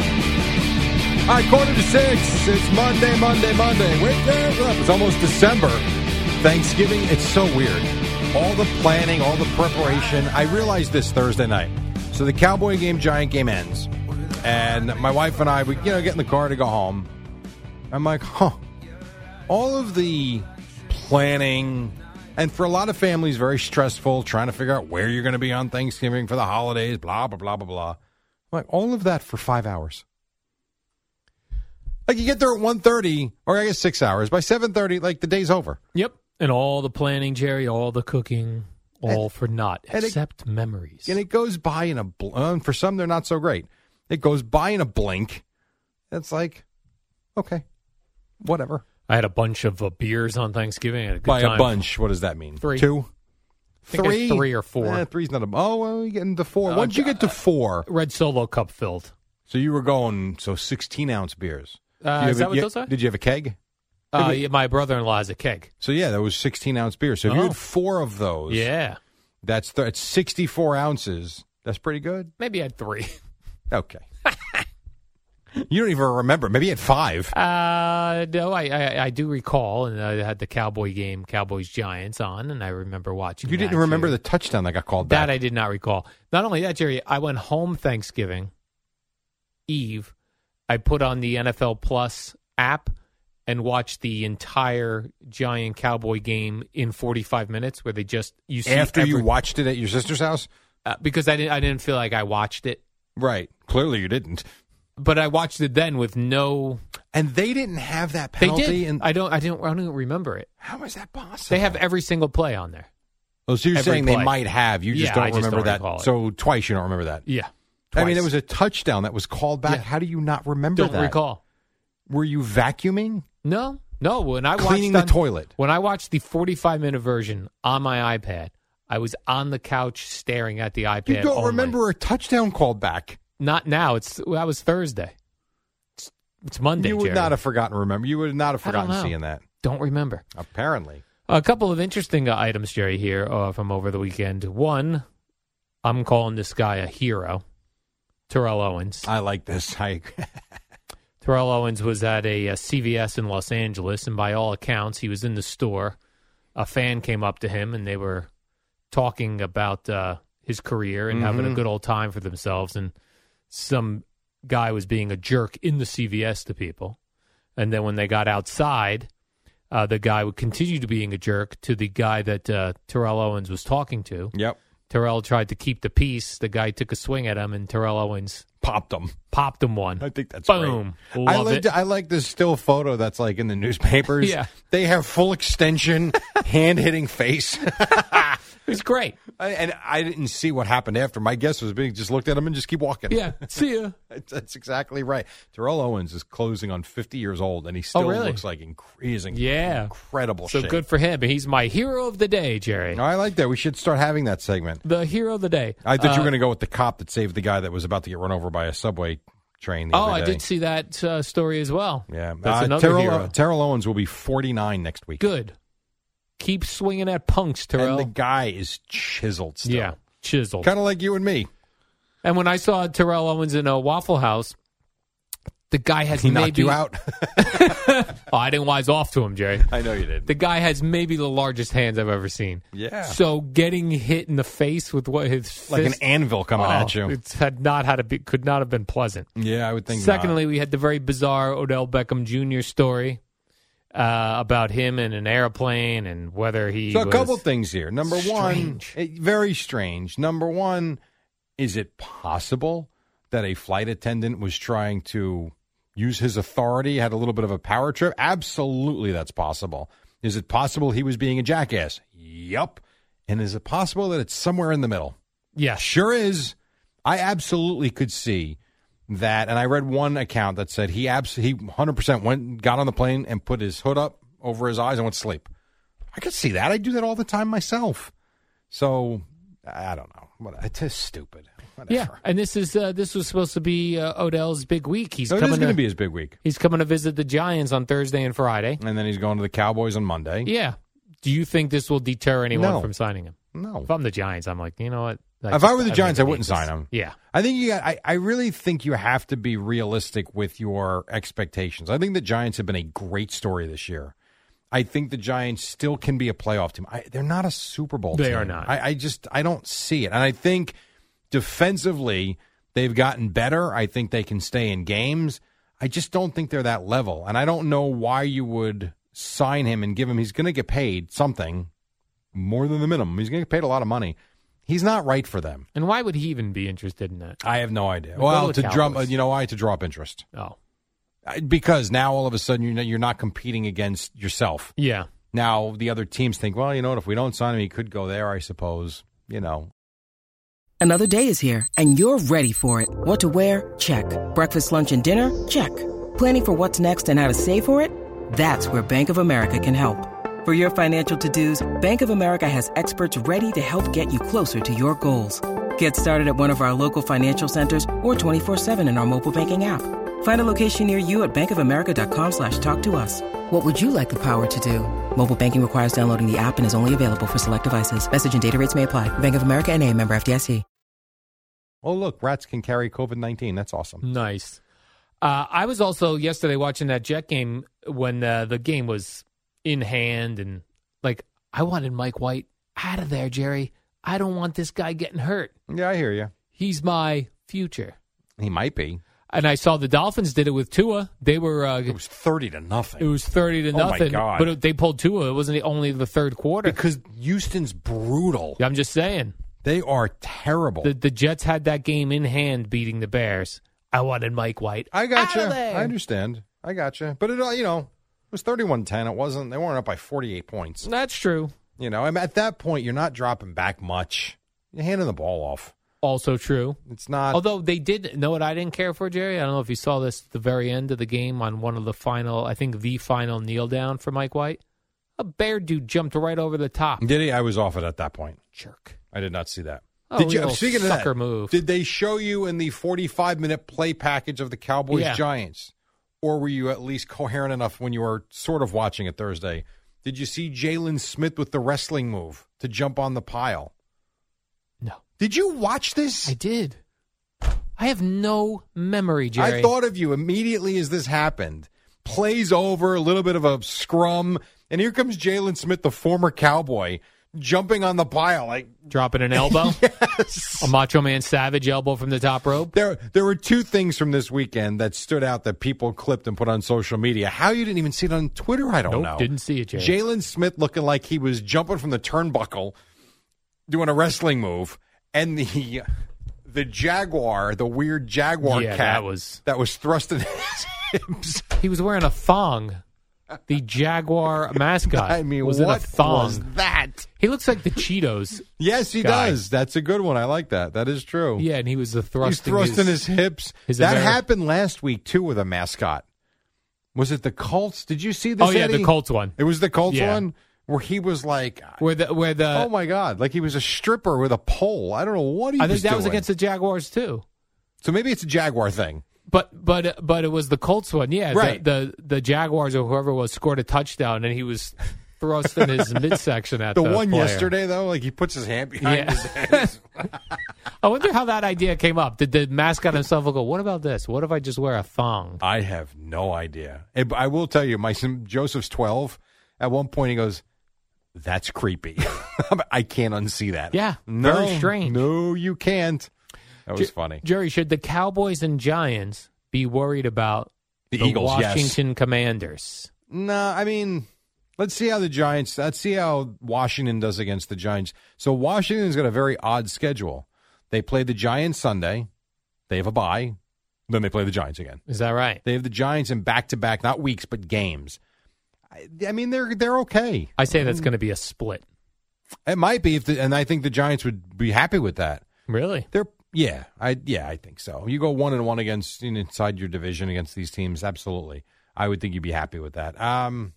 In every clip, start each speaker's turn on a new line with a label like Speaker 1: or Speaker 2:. Speaker 1: All right, quarter to six. It's Monday, Monday, Monday. Wake up. It's almost December. Thanksgiving, it's so weird. All the planning, all the preparation. I realized this Thursday night. So the Cowboy game, Giant game ends. And my wife and I, we, you know, get in the car to go home. I'm like, huh. All of the planning, and for a lot of families, very stressful, trying to figure out where you're going to be on Thanksgiving for the holidays, blah, blah, blah, blah, blah. I'm like, all of that for five hours. Like you get there at 1.30, or I guess six hours. By seven thirty, like the day's over.
Speaker 2: Yep. And all the planning, Jerry, all the cooking, all for naught,
Speaker 1: and it-
Speaker 2: except memories.
Speaker 1: And it goes by in a bl- uh, and for some they're not so great. It goes by in a blink. It's like, okay, whatever.
Speaker 2: I had a bunch of uh, beers on Thanksgiving. I had a good
Speaker 1: by a
Speaker 2: time.
Speaker 1: bunch, what does that mean?
Speaker 2: Three.
Speaker 1: two,
Speaker 2: think it's three or four.
Speaker 1: Eh, three's not a. Oh, well, you getting to four.
Speaker 2: Uh,
Speaker 1: Once you get to four,
Speaker 2: Red Solo cup filled.
Speaker 1: so you were going so sixteen ounce beers.
Speaker 2: Uh,
Speaker 1: You
Speaker 2: is
Speaker 1: have a-
Speaker 2: that what
Speaker 1: you-
Speaker 2: those are?
Speaker 1: Did you have a keg?
Speaker 2: Uh, yeah, my brother in law has a keg.
Speaker 1: So yeah, that was sixteen ounce beer. So if you
Speaker 2: Oh.
Speaker 1: had four of those,
Speaker 2: Yeah.
Speaker 1: that's th- it's sixty four ounces. That's pretty good.
Speaker 2: Maybe I had three.
Speaker 1: Okay. you don't even remember. Maybe at five.
Speaker 2: Uh, no, I, I I do recall, and I had the Cowboy game, Cowboys Giants on, and I remember watching.
Speaker 1: You didn't
Speaker 2: that,
Speaker 1: remember
Speaker 2: Jerry.
Speaker 1: the touchdown that got called back.
Speaker 2: That I did not recall. Not only that, Jerry, I went home Thanksgiving Eve. I put on the NFL Plus app and watched the entire Giant Cowboy game in 45 minutes, where they just you see
Speaker 1: after you
Speaker 2: every-
Speaker 1: watched it at your sister's house?
Speaker 2: uh, because I didn't I didn't feel like I watched it,
Speaker 1: Right. Clearly you didn't.
Speaker 2: but I watched it then with no.
Speaker 1: And they didn't have that
Speaker 2: They
Speaker 1: penalty.
Speaker 2: did.
Speaker 1: And
Speaker 2: I don't. I didn't. I don't remember it.
Speaker 1: how is that possible?
Speaker 2: They have every single play on there.
Speaker 1: Oh, so you're
Speaker 2: every
Speaker 1: saying they
Speaker 2: play.
Speaker 1: might have. You just
Speaker 2: Yeah,
Speaker 1: don't
Speaker 2: I just
Speaker 1: remember
Speaker 2: don't
Speaker 1: that.
Speaker 2: recall it.
Speaker 1: So twice you don't remember that.
Speaker 2: Yeah.
Speaker 1: I mean,
Speaker 2: Twice.
Speaker 1: there was a touchdown that was called back.
Speaker 2: Yeah.
Speaker 1: How do you not remember
Speaker 2: Don't
Speaker 1: that?
Speaker 2: recall.
Speaker 1: Were you vacuuming?
Speaker 2: No, no. When I
Speaker 1: Cleaning the
Speaker 2: watched on-
Speaker 1: toilet.
Speaker 2: when I watched the forty-five minute version on my iPad, I was on the couch staring at the iPad.
Speaker 1: You don't
Speaker 2: only.
Speaker 1: remember a touchdown called back.
Speaker 2: Not now. It's well, that was Thursday. It's, it's Monday.
Speaker 1: you would
Speaker 2: Jerry.
Speaker 1: not have forgotten. Remember, you would not have
Speaker 2: I don't
Speaker 1: forgotten
Speaker 2: know.
Speaker 1: seeing that.
Speaker 2: Don't remember.
Speaker 1: Apparently,
Speaker 2: A couple of interesting uh, items, Jerry, here uh, from over the weekend. One, I'm calling this guy a hero, Terrell Owens.
Speaker 1: I like this. I
Speaker 2: Terrell Owens was at a, uh CVS in Los Angeles, and by all accounts, he was in the store. A fan came up to him, and they were talking about uh, his career and having a good old time for themselves. And some guy was being a jerk in the CVS to people. And then when they got outside, uh, the guy would continue to being a jerk to the guy that uh, Terrell Owens was talking to.
Speaker 1: yep
Speaker 2: Terrell tried to keep the peace. The guy took a swing at him, and Terrell Owens
Speaker 1: popped them.
Speaker 2: popped him one.
Speaker 1: I think that's
Speaker 2: Boom.
Speaker 1: Great.
Speaker 2: Love
Speaker 1: I like
Speaker 2: it.
Speaker 1: I like this still photo that's like in the newspapers.
Speaker 2: Yeah.
Speaker 1: they have full extension, hand hitting face,
Speaker 2: It was great.
Speaker 1: I- and I didn't see what happened after. My guess was being just looked at him and just keep walking.
Speaker 2: Yeah. See ya.
Speaker 1: that's exactly right. Terrell Owens is closing on fifty years old, and he still
Speaker 2: Oh, really?
Speaker 1: looks like inc- he is in
Speaker 2: Yeah.
Speaker 1: incredible.
Speaker 2: So
Speaker 1: shape.
Speaker 2: good for him. He's my hero of the day, Jerry.
Speaker 1: No, I like that. We should start having that segment.
Speaker 2: The hero of the day.
Speaker 1: I thought you
Speaker 2: Uh,
Speaker 1: were going to go with the cop that saved the guy that was about to get run over by a subway train. The
Speaker 2: Oh,
Speaker 1: other
Speaker 2: I
Speaker 1: day.
Speaker 2: did see that uh, story as well.
Speaker 1: Yeah,
Speaker 2: That's
Speaker 1: Uh,
Speaker 2: another
Speaker 1: Terrell,
Speaker 2: hero.
Speaker 1: Terrell Owens will be forty nine next week.
Speaker 2: Good. Keep swinging at punks,
Speaker 1: And
Speaker 2: Terrell.
Speaker 1: the guy is chiseled still.
Speaker 2: yeah. Chiseled.
Speaker 1: Kind of like you and me.
Speaker 2: And when I saw Terrell Owens in a Waffle House, the guy has
Speaker 1: He
Speaker 2: maybe.
Speaker 1: knocked you out.
Speaker 2: Oh, I didn't wise off to him, Jerry.
Speaker 1: I know you did.
Speaker 2: The guy has maybe the largest hands I've ever seen.
Speaker 1: Yeah.
Speaker 2: So getting hit in the face with what his
Speaker 1: Like an
Speaker 2: fist-
Speaker 1: anvil coming
Speaker 2: Oh,
Speaker 1: at you.
Speaker 2: It had not had a be, could not have been pleasant.
Speaker 1: Yeah, I would think not.
Speaker 2: Secondly, we had the very bizarre Odell Beckham Jr. story, uh, about him in an airplane and whether he.
Speaker 1: So a
Speaker 2: was,
Speaker 1: couple things here. Number
Speaker 2: Strange.
Speaker 1: one, it- very strange. Number one, is it possible that a flight attendant was trying to use his authority, had a little bit of a power trip? Absolutely, that's possible. Is it possible he was being a jackass? Yup. And is it possible that it's somewhere in the middle?
Speaker 2: Yeah,
Speaker 1: Sure
Speaker 2: sure.
Speaker 1: is. I absolutely could see that, and I read one account that said he abs he hundred percent went got on the plane and put his hood up over his eyes and went to sleep. I could see that. I do that all the time myself. So I I don't know. What it's just stupid. Whatever.
Speaker 2: Yeah, and this is uh, this was supposed to be uh, Odell's big week. He's
Speaker 1: So it
Speaker 2: coming
Speaker 1: is going to
Speaker 2: to
Speaker 1: be his big week,
Speaker 2: He's coming to visit the Giants on Thursday and Friday.
Speaker 1: and then he's going to the Cowboys on Monday.
Speaker 2: Yeah. Do you think this will deter anyone
Speaker 1: Mm-hmm. No.
Speaker 2: from signing him?
Speaker 1: No,
Speaker 2: If I'm the Giants, I'm like, you know what?
Speaker 1: If I were the Giants, I
Speaker 2: really
Speaker 1: wouldn't
Speaker 2: need this.
Speaker 1: sign him.
Speaker 2: Yeah.
Speaker 1: I think you got, I, I really think you have to be realistic with your expectations. I think the Giants have been a great story this year. I think the Giants still can be a playoff team. I, they're not a Super Bowl
Speaker 2: They
Speaker 1: team.
Speaker 2: are not.
Speaker 1: I, I just I don't see it. And I think defensively they've gotten better. I think they can stay in games. I just don't think they're that level. And I don't know why you would sign him and give him he's going to get paid something more than the minimum. He's going to get paid a lot of money. He's not right for them.
Speaker 2: And why would he even be interested in that?
Speaker 1: I have no idea.
Speaker 2: We'll
Speaker 1: well,
Speaker 2: go
Speaker 1: to
Speaker 2: to
Speaker 1: drum, uh,
Speaker 2: Cowboys.
Speaker 1: you know why to draw up interest
Speaker 2: Oh.
Speaker 1: I- because now all of a sudden you're not, you're not competing against yourself.
Speaker 2: Yeah.
Speaker 1: Now the other teams think, well, you know what? If we don't sign him, he could go there. I suppose. You know,
Speaker 3: Another day is here, and you're ready for it. What to wear? Check. Breakfast, lunch, and dinner? Check. Planning for what's next and how to save for it? That's where Bank of America can help. For your financial to dos, Bank of America has experts ready to help get you closer to your goals. Get started at one of our local financial centers or 24-7 in our mobile banking app. Find a location near you at bankofamerica.com slash talk to us. What would you like the power to do? Mobile banking requires downloading the app and is only available for select devices. Message and data rates may apply. Bank of America and a member FDIC.
Speaker 1: oh look, rats can carry COVID nineteen. That's awesome.
Speaker 2: Nice. Uh, I was also yesterday watching that Jet game when uh, the game was in hand, and like I wanted Mike White out of there, Jerry. I don't want this guy getting hurt.
Speaker 1: Yeah, I hear you.
Speaker 2: He's my future.
Speaker 1: He might be.
Speaker 2: And I saw the Dolphins did it with Tua. They were uh,
Speaker 1: It was thirty to nothing.
Speaker 2: It was thirty to
Speaker 1: Oh, my
Speaker 2: nothing.
Speaker 1: God.
Speaker 2: But it, they pulled two. It wasn't the, only the third quarter.
Speaker 1: because Houston's brutal.
Speaker 2: I'm just saying
Speaker 1: They are terrible.
Speaker 2: the the Jets had that game in hand, beating the Bears. I wanted Mike White.
Speaker 1: I got
Speaker 2: out
Speaker 1: you.
Speaker 2: of there.
Speaker 1: I understand. I got you. But it, all- you know, it was 31-10. It wasn't. They weren't up by forty-eight points.
Speaker 2: That's true.
Speaker 1: You know, I mean, at that point, you're not dropping back much. You're handing the ball off.
Speaker 2: Also true.
Speaker 1: It's not.
Speaker 2: Although they did know what I didn't care for, Jerry. I don't know if you saw this at the very end of the game on one of the final, I think the final kneel down for Mike White. A bear dude jumped right over the top.
Speaker 1: did he? I was off it at that point.
Speaker 2: Jerk.
Speaker 1: I did not see that.
Speaker 2: Oh,
Speaker 1: did
Speaker 2: little
Speaker 1: Speaking of
Speaker 2: sucker
Speaker 1: that,
Speaker 2: move.
Speaker 1: did they show you in the 45 minute play package of the Cowboys
Speaker 2: Yeah.
Speaker 1: Giants, or were you at least coherent enough when you were sort of watching it Thursday? Did you see Jalen Smith with the wrestling move to jump on the pile?
Speaker 2: No,
Speaker 1: Did you watch this?
Speaker 2: I did. I have no memory, Jerry.
Speaker 1: I thought of you immediately as this happened. Plays over, a little bit of a scrum, and here comes Jalen Smith, the former cowboy, jumping on the pile. Like
Speaker 2: dropping an elbow.
Speaker 1: yes.
Speaker 2: A Macho Man Savage elbow from the top rope.
Speaker 1: There there were two things from this weekend that stood out that people clipped and put on social media. How you didn't even see it on Twitter, I don't
Speaker 2: nope,
Speaker 1: know.
Speaker 2: didn't see it, Jerry.
Speaker 1: Jalen Smith looking like he was jumping from the turnbuckle, doing a wrestling move, and the the jaguar, the weird jaguar
Speaker 2: Yeah,
Speaker 1: cat
Speaker 2: that was-
Speaker 1: that was thrust in his hips.
Speaker 2: he was wearing a thong. The Jaguar mascot.
Speaker 1: I mean,
Speaker 2: was in
Speaker 1: what
Speaker 2: a thong.
Speaker 1: was that?
Speaker 2: He looks like the Cheetos.
Speaker 1: Yes, he
Speaker 2: Guy.
Speaker 1: does. That's a good one. I like that. That is true.
Speaker 2: Yeah, and he was the
Speaker 1: he's
Speaker 2: thrusting.
Speaker 1: thrusting his, hips.
Speaker 2: his
Speaker 1: that
Speaker 2: Ameri-
Speaker 1: happened last week too with a mascot. Was it the Colts? Did you see this?
Speaker 2: oh yeah,
Speaker 1: Eddie?
Speaker 2: the Colts one.
Speaker 1: It was the Colts
Speaker 2: Yeah.
Speaker 1: one where he was like,
Speaker 2: Where the where the
Speaker 1: "Oh my god!" Like he was a stripper with a pole. I don't know what he
Speaker 2: I think
Speaker 1: was
Speaker 2: that was
Speaker 1: doing.
Speaker 2: against the Jaguars too.
Speaker 1: So maybe it's a Jaguar thing.
Speaker 2: But but but it was the Colts one. Yeah, the-
Speaker 1: Right.
Speaker 2: The the, Jaguars or whoever was scored a touchdown, and he was thrusting his midsection at
Speaker 1: The,
Speaker 2: the,
Speaker 1: one
Speaker 2: player.
Speaker 1: yesterday though, like he puts his hand behind
Speaker 2: Yeah.
Speaker 1: his head.
Speaker 2: I wonder how that idea came up. Did the mascot himself go? What about this? What if I just wear a thong?
Speaker 1: I have no idea. Eh, but I will tell you, my son Joseph's twelve. At one point, he goes, "That's creepy." I can't unsee that.
Speaker 2: Yeah,
Speaker 1: no,
Speaker 2: very strange.
Speaker 1: No, you can't. That was funny.
Speaker 2: Jerry, should the Cowboys and Giants be worried about
Speaker 1: The Eagles, yes.
Speaker 2: Washington Commanders?
Speaker 1: No, I mean, let's see how the Giants. Let's see how Washington does against the Giants. So Washington's got a very odd schedule. They play the Giants Sunday. They have a bye. Then they play the Giants again.
Speaker 2: Is that right?
Speaker 1: They have the Giants in back to back, not weeks, but games. I, I mean, they're they're okay.
Speaker 2: I say that's going to be a split.
Speaker 1: It might be, if the, and I think the Giants would be happy with that.
Speaker 2: Really?
Speaker 1: They're yeah, I yeah, I think so. You go one and one against inside your division against these teams, absolutely. I would think you'd be happy with that. Um,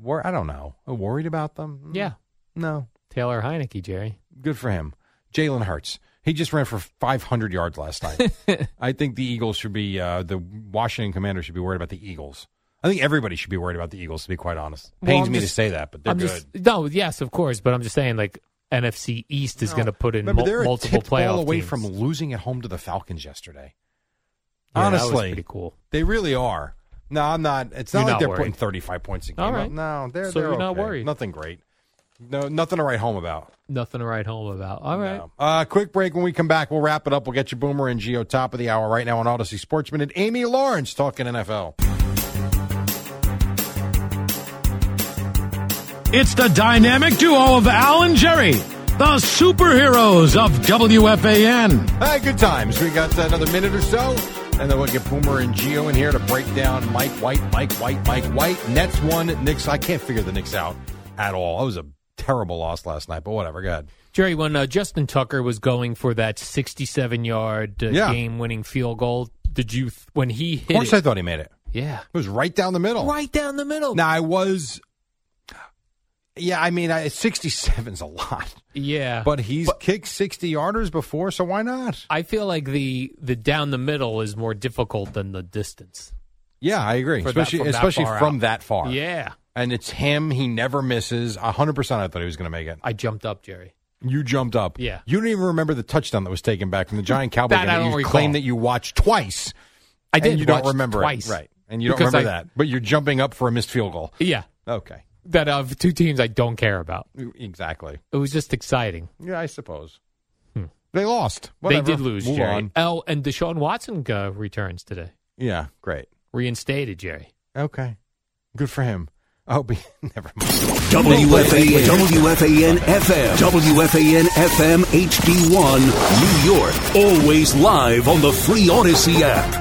Speaker 1: wor- I don't know. Uh, Worried about them? Mm,
Speaker 2: Yeah.
Speaker 1: No.
Speaker 2: Taylor Heineke, Jerry.
Speaker 1: Good for him. Jalen Hurts. He just ran for 500 yards last night. I think the Eagles should be uh, the Washington Commanders should be worried about the Eagles. I think everybody should be worried about the Eagles. To be quite honest,
Speaker 2: Well,
Speaker 1: pains
Speaker 2: I'm
Speaker 1: me
Speaker 2: just-
Speaker 1: to say that, but they're
Speaker 2: I'm
Speaker 1: good.
Speaker 2: just no, yes, of course, but I'm just saying like NFC East is going to put in
Speaker 1: Remember,
Speaker 2: mul-
Speaker 1: they're a
Speaker 2: multiple
Speaker 1: tipped ball
Speaker 2: playoff
Speaker 1: away
Speaker 2: teams.
Speaker 1: from losing at home to the Falcons yesterday.
Speaker 2: Yeah, that was
Speaker 1: Honestly,
Speaker 2: pretty cool.
Speaker 1: They really are. No, I'm not. It's not
Speaker 2: You're
Speaker 1: like
Speaker 2: not
Speaker 1: they're
Speaker 2: worried.
Speaker 1: putting 35 points a game.
Speaker 2: All right.
Speaker 1: up. No, they're
Speaker 2: So
Speaker 1: they're
Speaker 2: you're not
Speaker 1: okay.
Speaker 2: worried.
Speaker 1: Nothing great. No, nothing to write home about.
Speaker 2: Nothing to write home about. All right.
Speaker 1: No. Uh, quick break. When we come back, we'll wrap it up. We'll get you Boomer and Geo top of the hour right now on Odyssey Sportsman and Amy Lawrence talking NFL.
Speaker 4: It's the dynamic duo of Al and Jerry, the superheroes of WFAN.
Speaker 1: All right, good times. We got another minute or so, and then we'll get Boomer and Geo in here to break down Mike White, Mike White, Mike White. Nets one, Knicks. I can't figure the Knicks out at all. That was a terrible loss last night, but whatever. Go ahead.
Speaker 2: Jerry, when uh, Justin Tucker was going for that 67 yard uh,
Speaker 1: Yeah.
Speaker 2: game winning field goal, did you, th- when he
Speaker 1: Of
Speaker 2: hit
Speaker 1: course,
Speaker 2: it,
Speaker 1: I thought he made it.
Speaker 2: yeah,
Speaker 1: It was right down the middle.
Speaker 2: right down the middle.
Speaker 1: Now I was. Yeah, I mean, I, 67's a lot,
Speaker 2: yeah.
Speaker 1: but he's kicked 60 yarders before, so why not?
Speaker 2: I feel like the, the down the middle is more difficult than the distance.
Speaker 1: Yeah, I agree.
Speaker 2: For that-
Speaker 1: especially
Speaker 2: from that
Speaker 1: especially
Speaker 2: far
Speaker 1: from
Speaker 2: out.
Speaker 1: that far.
Speaker 2: Yeah.
Speaker 1: And it's him. He never misses. 100% I thought he was going to make it.
Speaker 2: I jumped up, Jerry.
Speaker 1: You jumped up.
Speaker 2: Yeah.
Speaker 1: You didn't even remember the touchdown that was taken back from the Giant Cowboy
Speaker 2: That
Speaker 1: game
Speaker 2: I
Speaker 1: that
Speaker 2: don't
Speaker 1: you
Speaker 2: recall.
Speaker 1: claim that you watched twice.
Speaker 2: I did.
Speaker 1: and you don't
Speaker 2: watch
Speaker 1: remember it.
Speaker 2: twice.
Speaker 1: Right. And you don't
Speaker 2: Because
Speaker 1: remember
Speaker 2: I-
Speaker 1: that. But you're jumping up for a missed field goal.
Speaker 2: Yeah.
Speaker 1: Okay.
Speaker 2: That of two teams I don't care about.
Speaker 1: Exactly.
Speaker 2: It was just exciting.
Speaker 1: Yeah, I suppose. They lost. Whatever.
Speaker 2: Hmm. They did lose,
Speaker 1: Move
Speaker 2: Jerry.
Speaker 1: on.
Speaker 2: Oh, and Deshaun Watson uh, returns today,
Speaker 1: Yeah, great.
Speaker 2: reinstated, Jerry.
Speaker 1: Okay. Good for him. I hope he never mind.
Speaker 5: WFAN, WFAN FM, WFAN FM HD1, New York. Always live on the free Odyssey app.